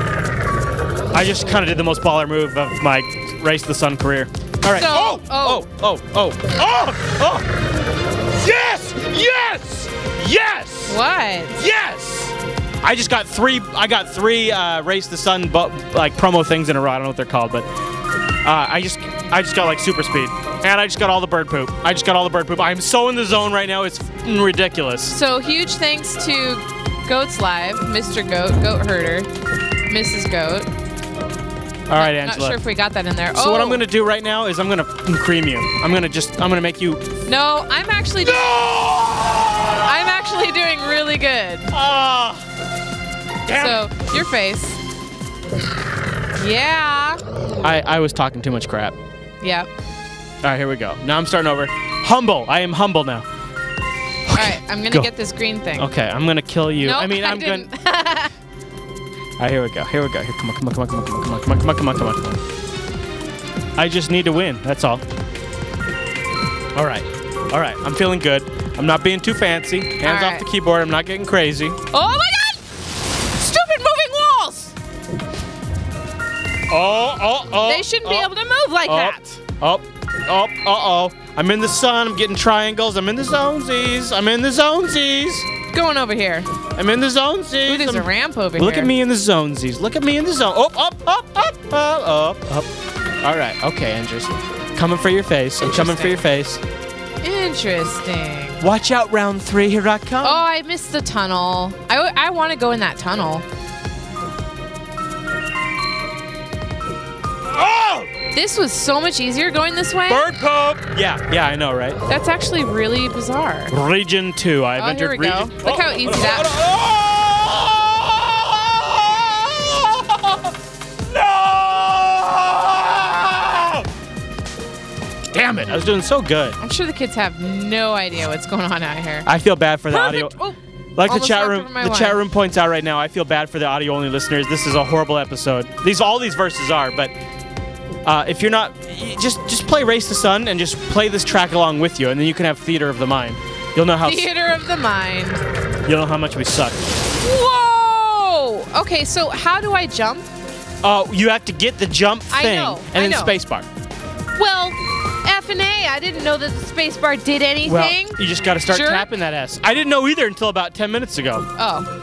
Speaker 2: I just kind of did the most baller move of my race to the sun career. All right.
Speaker 1: So-
Speaker 2: oh,
Speaker 1: oh.
Speaker 2: oh, oh, oh, oh, oh! Yes, yes, yes,
Speaker 1: what?
Speaker 2: yes! I just got three. I got three uh, race to the sun bu- like promo things in a row. I don't know what they're called, but uh, I just I just got like super speed, and I just got all the bird poop. I just got all the bird poop. I'm so in the zone right now. It's f***ing ridiculous.
Speaker 1: So huge thanks to Goats Live, Mr. Goat, Goat Herder, Mrs. Goat.
Speaker 2: All right,
Speaker 1: Not
Speaker 2: Angela.
Speaker 1: sure if we got that in there.
Speaker 2: So
Speaker 1: oh,
Speaker 2: what I'm gonna do right now is I'm gonna f***ing cream you. I'm gonna just I'm gonna make you.
Speaker 1: No, I'm actually. I'm actually doing really good.
Speaker 2: Ah, damn.
Speaker 1: So your face. Yeah.
Speaker 2: I, I was talking too much crap.
Speaker 1: Yep.
Speaker 2: All right, here we go. Now I'm starting over. Humble. I am humble now.
Speaker 1: All right. I'm gonna
Speaker 2: Go.
Speaker 1: get this green thing.
Speaker 2: Okay, I'm gonna kill you.
Speaker 1: Nope,
Speaker 2: I mean, I'm
Speaker 1: didn't.
Speaker 2: gonna. All right, here we go. Here we go. Here, come on, come on, come on, come on, come on, come on, come on, come on, come on, come on. I just need to win. That's all. All right, all right. I'm feeling good. I'm not being too fancy. Hands
Speaker 1: All
Speaker 2: off
Speaker 1: right.
Speaker 2: the keyboard. I'm not getting crazy.
Speaker 1: oh my God! Stupid moving walls.
Speaker 2: Oh, oh, oh.
Speaker 1: They shouldn't be
Speaker 2: oh,
Speaker 1: able to move like
Speaker 2: Up,
Speaker 1: that.
Speaker 2: up, up, uh oh. I'm in the sun. I'm getting triangles. I'm in the zonesies. I'm in the zonesies.
Speaker 1: Going over here.
Speaker 2: I'm in the zonesies.
Speaker 1: Ooh, there's a
Speaker 2: I'm-
Speaker 1: ramp over here.
Speaker 2: Look at me in the zonesies. Look at me in the zone. Up, up, up, up, up, up, up. All right. Okay, Andrews. Coming for your face. I'm coming for your face.
Speaker 1: Interesting.
Speaker 2: Watch out, round three. Here I come.
Speaker 1: Oh, I missed the tunnel. I, w- I want to go in that tunnel.
Speaker 2: Oh!
Speaker 1: This was so much easier going this way.
Speaker 2: Bird poop. Yeah, yeah, I know, right?
Speaker 1: That's actually really bizarre.
Speaker 2: Region two. I've
Speaker 1: Oh,
Speaker 2: entered
Speaker 1: here we go.
Speaker 2: region.
Speaker 1: Look how easy that-
Speaker 2: Oh! that. No! Damn it! I was doing so good.
Speaker 1: I'm sure the kids have no idea what's going on out here.
Speaker 2: I feel bad for the
Speaker 1: Perfect.
Speaker 2: audio.
Speaker 1: Oh,
Speaker 2: Like the
Speaker 1: Almost
Speaker 2: chat
Speaker 1: knocked
Speaker 2: room,
Speaker 1: over
Speaker 2: the
Speaker 1: my
Speaker 2: chat
Speaker 1: wine.
Speaker 2: room points out right now. I feel bad for the audio-only listeners. This is a horrible episode. These all these verses are, but uh, if you're not, y- just just play "Race the Sun" and just play this track along with you, and then you can have theater of the mind. You'll know how
Speaker 1: Oh, theater of the mind.
Speaker 2: you'll know how much we suck.
Speaker 1: Whoa! Okay, so how do I jump?
Speaker 2: Oh, you have to get the jump
Speaker 1: I
Speaker 2: thing
Speaker 1: know, I
Speaker 2: and then
Speaker 1: know.
Speaker 2: spacebar.
Speaker 1: Well, F and A. I didn't know that the space bar did
Speaker 2: Well,
Speaker 1: anything.
Speaker 2: you just got to start
Speaker 1: Jerk.
Speaker 2: tapping that S. I didn't know either until about ten minutes ago.
Speaker 1: oh.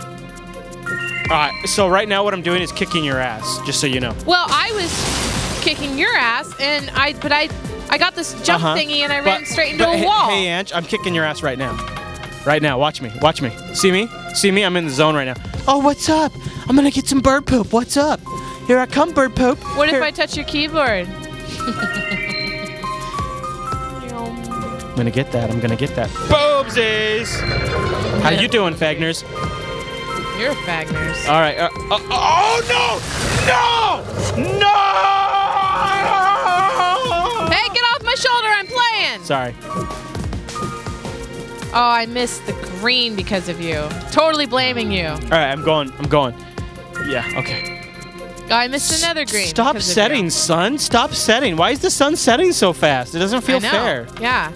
Speaker 2: All right, so right now what I'm doing is kicking your ass, just so you know.
Speaker 1: Well, I was kicking your ass, and I but I I got this jump
Speaker 2: Uh-huh.
Speaker 1: thingy, and I
Speaker 2: But-
Speaker 1: ran straight into
Speaker 2: but
Speaker 1: a
Speaker 2: hey-
Speaker 1: wall.
Speaker 2: Hey, Ange, I'm kicking your ass right now. Right now, watch me, watch me. See me? See me? I'm in the zone right now. Oh, what's up? I'm gonna get some bird poop. What's up? Here I come, bird poop.
Speaker 1: What if
Speaker 2: Here-
Speaker 1: I touch your keyboard?
Speaker 2: I'm gonna get that. I'm gonna get that. Boobsies! How you doing, Fagners?
Speaker 1: You're Fagners.
Speaker 2: All right. Uh, uh, oh no! No! No!
Speaker 1: hey, get off my shoulder! I'm playing.
Speaker 2: Sorry.
Speaker 1: Oh, I missed the green because of you. Totally blaming you.
Speaker 2: All right, I'm going. I'm going. Yeah. Okay.
Speaker 1: Oh, I missed another green.
Speaker 2: Stop
Speaker 1: because of
Speaker 2: setting,
Speaker 1: you.
Speaker 2: sun. Stop setting. Why is the sun setting so fast? It doesn't feel
Speaker 1: I know.
Speaker 2: fair.
Speaker 1: Yeah.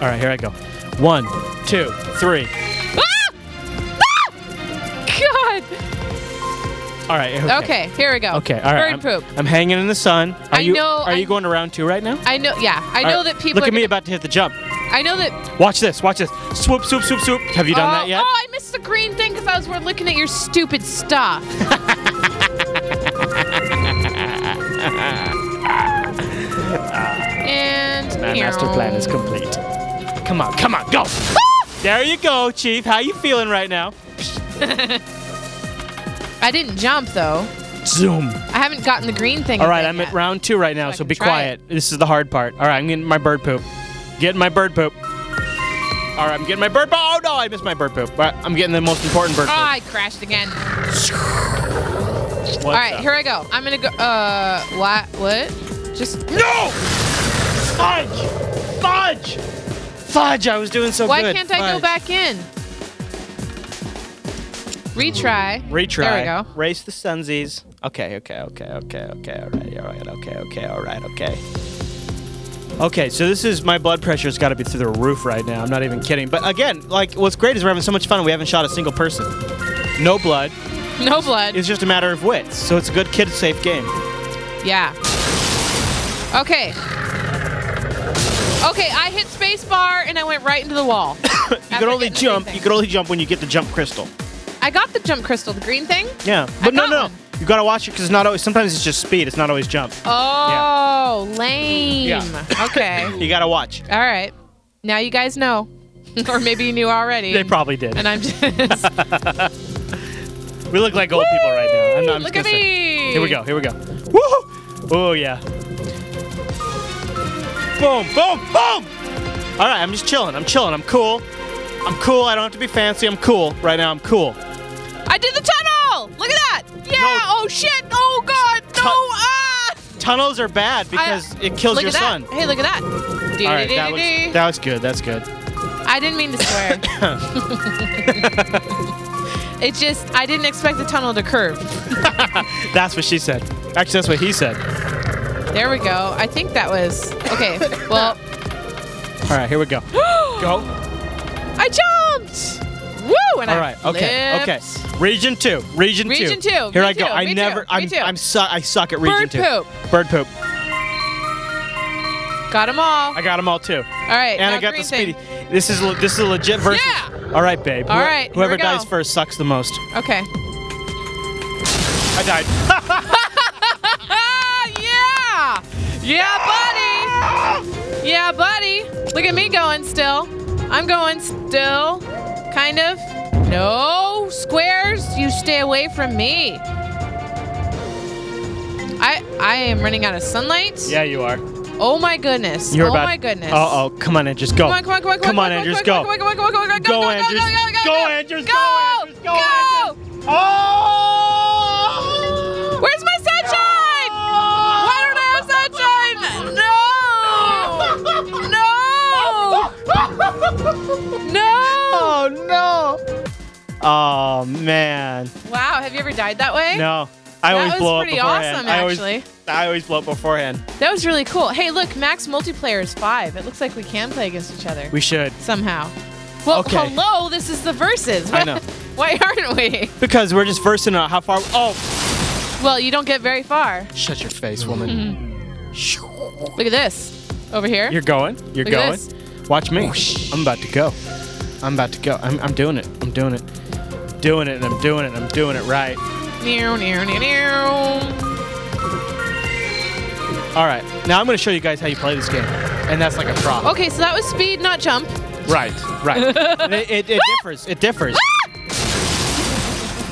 Speaker 2: All right, here I go. One, two, three.
Speaker 1: Ah! Ah!
Speaker 2: All right.
Speaker 1: God. Okay, here we go.
Speaker 2: Okay. All right.
Speaker 1: Bird
Speaker 2: I'm,
Speaker 1: poop.
Speaker 2: I'm hanging in the sun. Are
Speaker 1: I
Speaker 2: you?
Speaker 1: know-
Speaker 2: Are you
Speaker 1: I-
Speaker 2: going to round two right now?
Speaker 1: I know. Yeah, I know that people.
Speaker 2: Look
Speaker 1: are
Speaker 2: at me
Speaker 1: gonna-
Speaker 2: about to hit the jump.
Speaker 1: I know that.
Speaker 2: Watch this. Watch this. Swoop, swoop, swoop, swoop. Have you done
Speaker 1: oh,
Speaker 2: that yet?
Speaker 1: Oh, I missed the green thing because I was were looking at your stupid stuff. and
Speaker 2: My master plan is complete. Come on. Come on. Go.
Speaker 1: Ah!
Speaker 2: there you go, Chief. How you feeling right now?
Speaker 1: I didn't jump though.
Speaker 2: Zoom.
Speaker 1: I haven't gotten the green thing.
Speaker 2: All right,
Speaker 1: thing
Speaker 2: I'm
Speaker 1: yet.
Speaker 2: at round two right now,
Speaker 1: So I
Speaker 2: so,
Speaker 1: can
Speaker 2: be
Speaker 1: try
Speaker 2: quiet. This is the hard part. All right, I'm getting my bird poop. Getting my bird poop. All right, I'm getting my bird poop. Oh no, I missed my bird poop. All right, I'm getting the most important bird
Speaker 1: Oh,
Speaker 2: poop.
Speaker 1: I crashed again.
Speaker 2: What's
Speaker 1: All right,
Speaker 2: up?
Speaker 1: here I go. I'm gonna go. Uh, what? What? Just
Speaker 2: No! Fudge! Fudge! Fudge! I was doing so
Speaker 1: why
Speaker 2: good.
Speaker 1: can't I go
Speaker 2: Fudge.
Speaker 1: back in? Retry.
Speaker 2: Retry.
Speaker 1: There we go.
Speaker 2: Race the Sunsies. Okay, okay, okay, okay, okay, all right, all right, okay, okay, all right, okay. Okay, so this is my blood pressure's got to be through the roof right now. I'm not even kidding. But again, like what's great is we're having so much fun. We haven't shot a single person. No blood.
Speaker 1: No blood.
Speaker 2: It's just a matter of wits. So it's a good kid safe game.
Speaker 1: Yeah. Okay. Okay, I hit spacebar and I went right into the wall. you
Speaker 2: You could only jump. You could only jump when you get the jump crystal.
Speaker 1: I got the jump crystal, the green thing.
Speaker 2: Yeah,
Speaker 1: I
Speaker 2: but no,
Speaker 1: got
Speaker 2: no,
Speaker 1: one.
Speaker 2: you gotta watch it because it's not always. Sometimes it's just speed. It's not always jump.
Speaker 1: Oh, lame.
Speaker 2: Yeah.
Speaker 1: Okay.
Speaker 2: You gotta watch.
Speaker 1: All right. Now you guys know, or maybe you knew already.
Speaker 2: They probably did.
Speaker 1: And I'm just.
Speaker 2: We look like old people right now. I'm not, I'm just
Speaker 1: Look at
Speaker 2: gonna say-
Speaker 1: me.
Speaker 2: Here we go. Here we go. Woo! Oh yeah. Boom! Boom! Boom! All right, I'm just chilling. I'm chilling. I'm cool. I'm cool. I don't have to be fancy. I'm cool right now. I'm cool.
Speaker 1: I did the tunnel. Look at that. Yay!
Speaker 2: No.
Speaker 1: Oh shit! Oh god! No! ah!
Speaker 2: Tunnels are bad because it kills
Speaker 1: look
Speaker 2: your
Speaker 1: at that.
Speaker 2: son.
Speaker 1: Hey, look at that.
Speaker 2: All right, that was,
Speaker 1: Dee-dee-dee-dee-dee.
Speaker 2: that was good. That's good.
Speaker 1: I didn't mean to swear. it just I didn't expect the tunnel to curve.
Speaker 2: That's what she said. Actually, that's what he said.
Speaker 1: There we go. I think that was okay. Well,
Speaker 2: All right, here we go. go.
Speaker 1: I jumped. Woo! And
Speaker 2: All
Speaker 1: I
Speaker 2: right.
Speaker 1: flipped.
Speaker 2: Okay. Okay. Region two. Region two.
Speaker 1: Region two,
Speaker 2: Here
Speaker 1: me
Speaker 2: I go.
Speaker 1: too,
Speaker 2: I
Speaker 1: me
Speaker 2: never.
Speaker 1: too, me
Speaker 2: I'm.
Speaker 1: too.
Speaker 2: I'm. Su- I suck at region
Speaker 1: Bird
Speaker 2: two.
Speaker 1: poop.
Speaker 2: Bird poop.
Speaker 1: Got them all.
Speaker 2: I got them all too.
Speaker 1: all right.
Speaker 2: And
Speaker 1: now
Speaker 2: I got
Speaker 1: green
Speaker 2: the
Speaker 1: thing.
Speaker 2: speedy. This is. le- This is a legit versus.
Speaker 1: Yeah.
Speaker 2: All right, babe.
Speaker 1: All
Speaker 2: Whoe-
Speaker 1: right, here
Speaker 2: Whoever
Speaker 1: we go.
Speaker 2: dies first sucks the most.
Speaker 1: Okay.
Speaker 2: I died.
Speaker 1: Ah, yeah! Yeah, buddy! Yeah, buddy! Look at me going still. I'm going still. Kind of. No, squares, you stay away from me. I I am running out of sunlight.
Speaker 2: yeah, you are.
Speaker 1: Oh my goodness.
Speaker 2: You're
Speaker 1: oh
Speaker 2: about.
Speaker 1: my goodness.
Speaker 2: Oh, oh, come on, Andrews, go.
Speaker 1: Come on, come on, come on,
Speaker 2: Come on, Andrews, go.
Speaker 1: Come on, come on, come on, come on,
Speaker 2: Go,
Speaker 1: go, go, go,
Speaker 2: Andrews.
Speaker 1: go,
Speaker 2: Go,
Speaker 1: go,
Speaker 2: Andrews, go,
Speaker 1: go,
Speaker 2: Andrews, go,
Speaker 1: go,
Speaker 2: Oh!
Speaker 1: Where's my sunshine? Why don't I have sunshine? No! No! No!
Speaker 2: Oh no. Oh man.
Speaker 1: Wow, have you ever died that way?
Speaker 2: No. I always
Speaker 1: was
Speaker 2: blow up
Speaker 1: pretty
Speaker 2: beforehand.
Speaker 1: awesome,
Speaker 2: I always,
Speaker 1: actually.
Speaker 2: I always blow up beforehand.
Speaker 1: That was really cool. Hey, look, max multiplayer is five. It looks like we can play against each other
Speaker 2: We should.
Speaker 1: somehow. Well,
Speaker 2: Okay.
Speaker 1: hello, this is the verses.
Speaker 2: I know.
Speaker 1: Why aren't we?
Speaker 2: Because we're just versing out how far. Oh,
Speaker 1: Well, you don't get very far.
Speaker 2: shut your face, woman.
Speaker 1: Look at this over here.
Speaker 2: You're going. You're
Speaker 1: Mm-hmm. Look
Speaker 2: going.
Speaker 1: at
Speaker 2: Watch me. Oh, I'm about to go. I'm about to go. I'm, I'm doing it. I'm doing it. Doing it, and I'm doing it, and I'm doing it right.
Speaker 1: Meow, meow, meow, meow.
Speaker 2: All right. Now I'm going to show you guys how you play this game, and that's like a prop.
Speaker 1: Okay, so that was speed, not jump.
Speaker 2: Right, right. And it, it, it differs. It differs.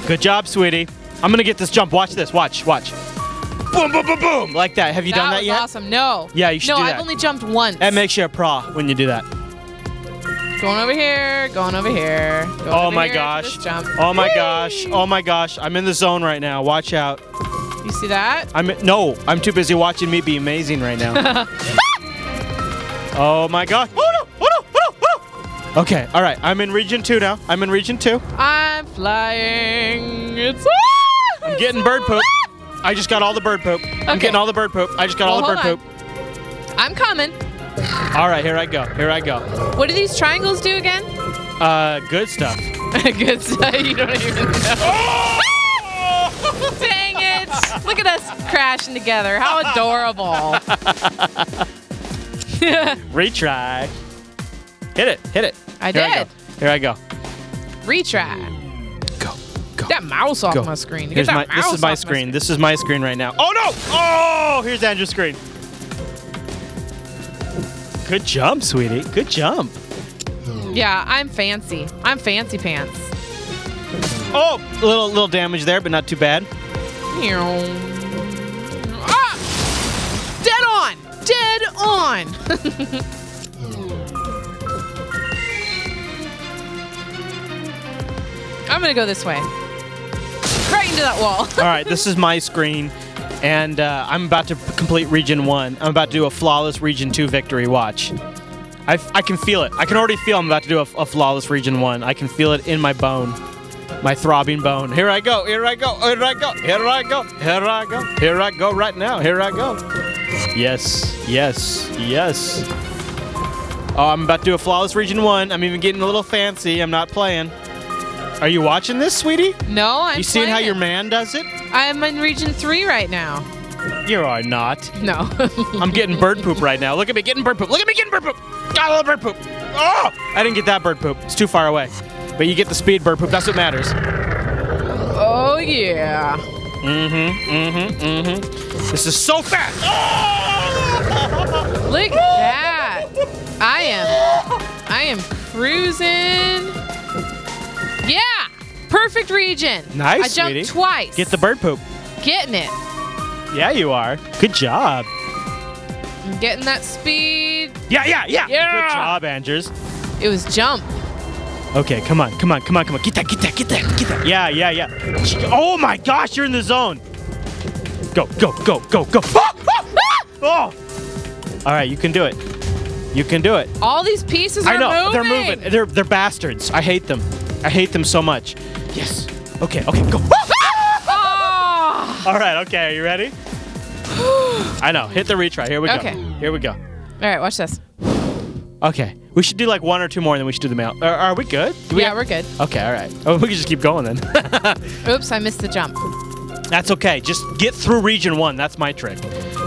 Speaker 2: Good job, sweetie. I'm gonna get this jump. Watch this. Watch, watch. Boom, boom, boom, boom. Like that. Have you
Speaker 1: that
Speaker 2: done that
Speaker 1: was
Speaker 2: yet?
Speaker 1: awesome. No.
Speaker 2: Yeah, you should
Speaker 1: No,
Speaker 2: do that.
Speaker 1: I've only jumped once.
Speaker 2: That makes you a pro when you do that.
Speaker 1: Going over here, going over here. Going
Speaker 2: Oh
Speaker 1: over
Speaker 2: my
Speaker 1: here to
Speaker 2: gosh.
Speaker 1: this Jump.
Speaker 2: Oh my
Speaker 1: Whee!
Speaker 2: gosh. Oh my gosh. I'm in the zone right now. Watch out.
Speaker 1: You see that?
Speaker 2: I'm no. I'm too busy watching me be amazing right now. oh my gosh. Oh no. Oh no. Oh no. Oh no. Okay. All right. I'm in region two now. I'm in region two.
Speaker 1: I'm flying. It's.
Speaker 2: I'm getting bird poop. I just got all the bird poop. I'm
Speaker 1: Okay.
Speaker 2: getting all the bird poop. I just got all the
Speaker 1: Well,
Speaker 2: bird
Speaker 1: hold
Speaker 2: poop.
Speaker 1: I'm coming.
Speaker 2: All right, here I go. Here I go.
Speaker 1: What do these triangles do again?
Speaker 2: Uh, good stuff.
Speaker 1: Good stuff. You don't even
Speaker 2: Oh!
Speaker 1: know. Dang it! Look at us crashing together. How adorable.
Speaker 2: Retry. Hit it. Hit it.
Speaker 1: I
Speaker 2: here I
Speaker 1: did.
Speaker 2: go. Here I go.
Speaker 1: Retry.
Speaker 2: Go. Go.
Speaker 1: Get that mouse off
Speaker 2: go.
Speaker 1: my screen. Get
Speaker 2: Here's
Speaker 1: that
Speaker 2: my, this
Speaker 1: mouse
Speaker 2: is my
Speaker 1: off
Speaker 2: screen. This is my screen right now. Oh no! Oh, here's Andrew's screen. Good jump, sweetie. Good jump.
Speaker 1: Yeah, I'm fancy. I'm fancy pants.
Speaker 2: Oh, little little damage there, but not too bad.
Speaker 1: Ah! Dead on! Dead on! I'm gonna go this way. Right into that wall.
Speaker 2: All right, this is my screen, and uh, I'm about to p- complete Region 1. I'm about to do a flawless Region 2 victory. Watch. I, f- I can feel it. I can already feel I'm about to do a, f- a flawless Region 1. I can feel it in my bone, my throbbing bone. Here I go, here I go, here I go, here I go, here I go, here I go right now, here I go. Yes, yes, yes. Oh, I'm about to do a flawless Region 1. I'm even getting a little fancy. I'm not playing. Are you watching this, sweetie?
Speaker 1: No, I'm
Speaker 2: you seeing how
Speaker 1: playing.
Speaker 2: your man does it?
Speaker 1: I'm in region three right now.
Speaker 2: You are not.
Speaker 1: No.
Speaker 2: I'm getting bird poop right now. Look at me getting bird poop. Look at me getting bird poop. Got a little bird poop. Oh! I didn't get that bird poop. It's too far away. But you get the speed bird poop. That's what matters.
Speaker 1: oh yeah.
Speaker 2: This is so fast. Oh!
Speaker 1: Look at that. I am I am cruising. Yeah! Perfect region.
Speaker 2: Nice,
Speaker 1: I jumped
Speaker 2: sweetie.
Speaker 1: twice.
Speaker 2: Get the bird poop.
Speaker 1: Getting it.
Speaker 2: Yeah, you are. Good job.
Speaker 1: I'm getting that speed.
Speaker 2: Yeah, yeah, yeah.
Speaker 1: Yeah.
Speaker 2: Good job, Andrews.
Speaker 1: It was jump.
Speaker 2: Okay, come on, come on, come on, come on. Get that, get that, get that, get that. Yeah, yeah, yeah. Sh- Oh my gosh, you're in the zone. Go, go, go, go, go. Oh, oh, oh. All right, you can do it. You can do it.
Speaker 1: All these pieces are
Speaker 2: I know
Speaker 1: moving.
Speaker 2: they're moving. They're they're bastards. I hate them. I hate them so much. Yes. Okay. Okay. Go.
Speaker 1: Ah!
Speaker 2: All right. Okay. Are you ready? I know. Hit the retry. Here we go.
Speaker 1: Okay.
Speaker 2: Here we go.
Speaker 1: All right, watch this.
Speaker 2: Okay. We should do like one or two more, and then we should do the mail. Are, are we good? Do we
Speaker 1: yeah,
Speaker 2: have-
Speaker 1: we're good.
Speaker 2: Okay. All right. Oh, we can just keep going then.
Speaker 1: Oops, I missed the jump.
Speaker 2: That's okay. Just get through region one. That's my trick.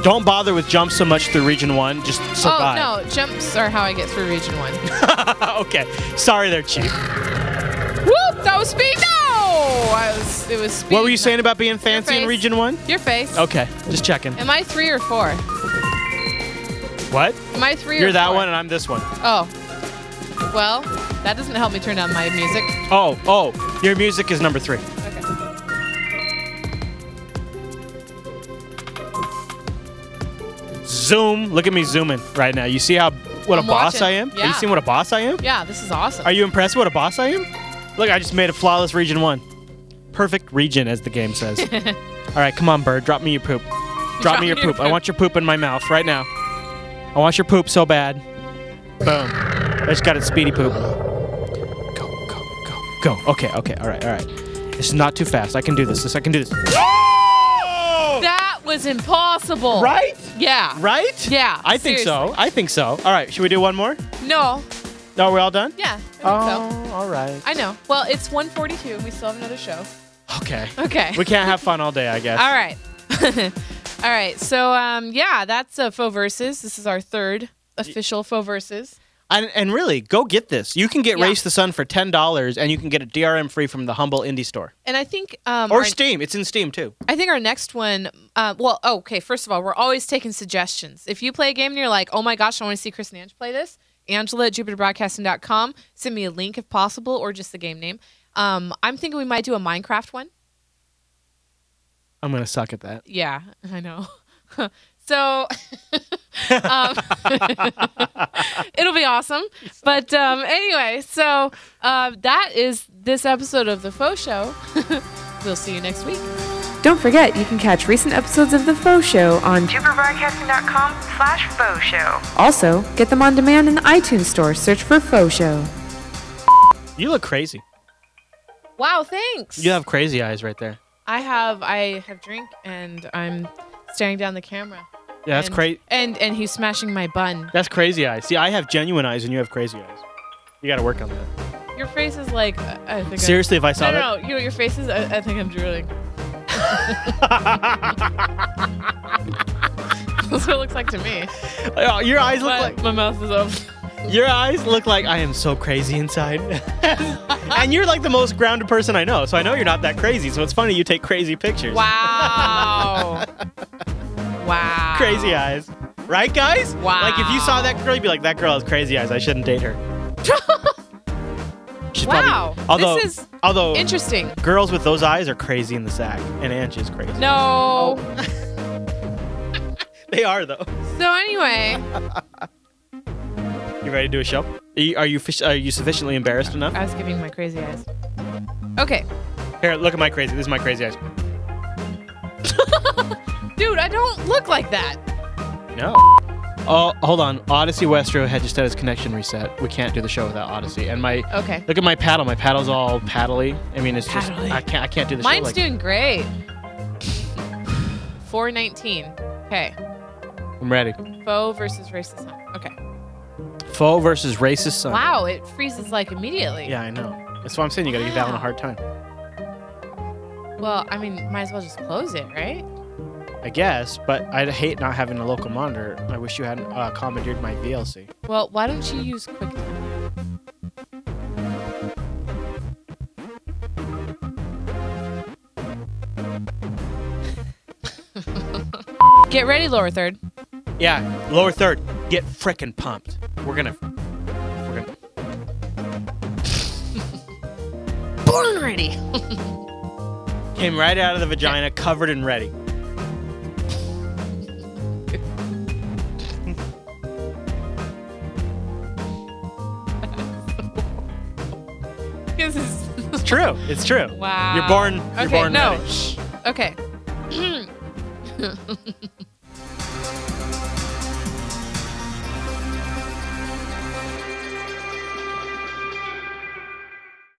Speaker 2: Don't bother with jumps so much through region one. Just survive.
Speaker 1: Oh no, jumps are how I get through region one.
Speaker 2: no. okay. Sorry, there, chief.
Speaker 1: Whoop! That was speed. No, I was. It was speed.
Speaker 2: What were you
Speaker 1: no.
Speaker 2: saying about being fancy in
Speaker 1: face.
Speaker 2: region one?
Speaker 1: Your face.
Speaker 2: Okay. Just checking.
Speaker 1: Am I three or four?
Speaker 2: What?
Speaker 1: Am I three?
Speaker 2: You're
Speaker 1: or
Speaker 2: that
Speaker 1: four?
Speaker 2: one, and I'm this one.
Speaker 1: Oh. Well, that doesn't help me turn down my music.
Speaker 2: Oh, oh, your music is number three.
Speaker 1: Okay.
Speaker 2: Zoom. Look at me zooming right now. You see how what
Speaker 1: I'm
Speaker 2: a boss
Speaker 1: watching.
Speaker 2: I am? Are
Speaker 1: Yeah.
Speaker 2: you seeing what a boss I am?
Speaker 1: Yeah, this is awesome.
Speaker 2: Are you impressed what a boss I am? Look, I just made a flawless region one. Perfect region, as the game says. All right, come on, bird. Drop me your poop. Drop, me your poop. I want your poop in my mouth right now. I want your poop so bad. Boom. I just got it speedy poop. Go, go, go, go. Okay, okay. All right, all right. This is not too fast. I can do this. This I can do this.
Speaker 1: That was impossible.
Speaker 2: Right?
Speaker 1: Yeah.
Speaker 2: Right?
Speaker 1: Yeah,
Speaker 2: I think so.
Speaker 1: seriously.
Speaker 2: I think so. All right, should we do one more?
Speaker 1: No.
Speaker 2: No, we're all done?
Speaker 1: Yeah. I think so.
Speaker 2: Oh, all right.
Speaker 1: I know. Well, it's 1:42 and we still have another show.
Speaker 2: Okay.
Speaker 1: Okay.
Speaker 2: We can't have fun all day, I guess.
Speaker 1: All right. All right. So um, yeah, that's uh, faux versus. This is our third official faux versus.
Speaker 2: And, and really, go get this. You can get
Speaker 1: Yeah.
Speaker 2: Race the Sun for ten dollars, and you can get it DRM free from the humble indie store
Speaker 1: And I think um,
Speaker 2: or
Speaker 1: our-
Speaker 2: Steam. It's in Steam too.
Speaker 1: I think our next one. Uh, well, oh, okay. First of all, we're always taking suggestions. If you play a game and you're like, oh my gosh, I want to see Chris and Ange play this, Angela at JupiterBroadcasting.com. Send me a link if possible, or just the game name. Um, I'm thinking we might do a Minecraft one.
Speaker 2: I'm gonna suck at that.
Speaker 1: Yeah, I know. so um, it'll be awesome. But um, anyway, so uh, that is this episode of The Faux Show. we'll see you next week.
Speaker 4: Don't forget, you can catch recent episodes of The Faux Show on.
Speaker 5: JupiterBroadcasting.com slash faux show.
Speaker 4: Also, get them on demand in the iTunes Store. Search for Faux Show.
Speaker 2: You look crazy.
Speaker 1: Wow, thanks.
Speaker 2: You have crazy eyes right there.
Speaker 1: I have I have drink and I'm staring down the camera.
Speaker 2: Yeah, that's
Speaker 1: And-
Speaker 2: crazy.
Speaker 1: And and he's smashing my bun.
Speaker 2: That's crazy eyes. See, I have genuine eyes, and you have crazy eyes. You gotta work on that.
Speaker 1: Your face is like I I think.
Speaker 2: Seriously, if I
Speaker 1: I,
Speaker 2: saw
Speaker 1: no, no, no. You know what your face is. I, I think I'm drooling. That's what it looks like to me.
Speaker 2: that, Oh, your eyes look
Speaker 1: But
Speaker 2: like
Speaker 1: my mouth is open.
Speaker 2: your eyes look like I am so crazy inside. and you're like the most grounded person I know, so I know you're not that crazy. So it's funny you take crazy pictures.
Speaker 1: Wow. wow.
Speaker 2: crazy eyes. Right, guys?
Speaker 1: Wow.
Speaker 2: Like, if you saw that girl, you'd be like, that girl has crazy eyes. I shouldn't date her. She's probably-
Speaker 1: Wow. This
Speaker 2: although,
Speaker 1: is
Speaker 2: although
Speaker 1: Interesting.
Speaker 2: girls with those eyes are crazy in the sack, and Ange is crazy.
Speaker 1: No.
Speaker 2: They are, though.
Speaker 1: So anyway,
Speaker 2: You ready to do a show? Are you, are you, fish- are you sufficiently embarrassed enough?
Speaker 1: I was giving my crazy eyes. Okay,
Speaker 2: Here, look at my crazy. This is my crazy eyes.
Speaker 1: dude, I don't look like that.
Speaker 2: No. Oh, hold on. Odyssey Westro had just had his connection reset. We can't do the show without Odyssey. And my
Speaker 1: Okay.
Speaker 2: look at my paddle. My paddle's all paddly. I mean, it's just
Speaker 1: Paddly.
Speaker 2: I can't I can't do the show.
Speaker 1: Mine's
Speaker 2: like-
Speaker 1: doing great. 419. Okay.
Speaker 2: I'm ready.
Speaker 1: Faux versus racist. song. Okay.
Speaker 2: Foe versus racist son.
Speaker 1: Wow, it freezes like immediately.
Speaker 2: Yeah, I know. That's what I'm saying. You gotta give that one a hard time.
Speaker 1: Well, I mean, might as well just close it, right?
Speaker 2: I guess, but I hate not having a local monitor. I wish you hadn't uh, commandeered my VLC.
Speaker 1: Well, why don't you use QuickTime? Get ready, lower third.
Speaker 2: Yeah, lower third. Get frickin' pumped. We're gonna. We're gonna.
Speaker 1: Born ready.
Speaker 2: Came right out of the vagina, covered and ready.
Speaker 1: This is-
Speaker 2: It's true. It's true.
Speaker 1: wow.
Speaker 2: You're born. You're
Speaker 1: okay,
Speaker 2: born
Speaker 1: no.
Speaker 2: ready.
Speaker 1: Shh. Okay.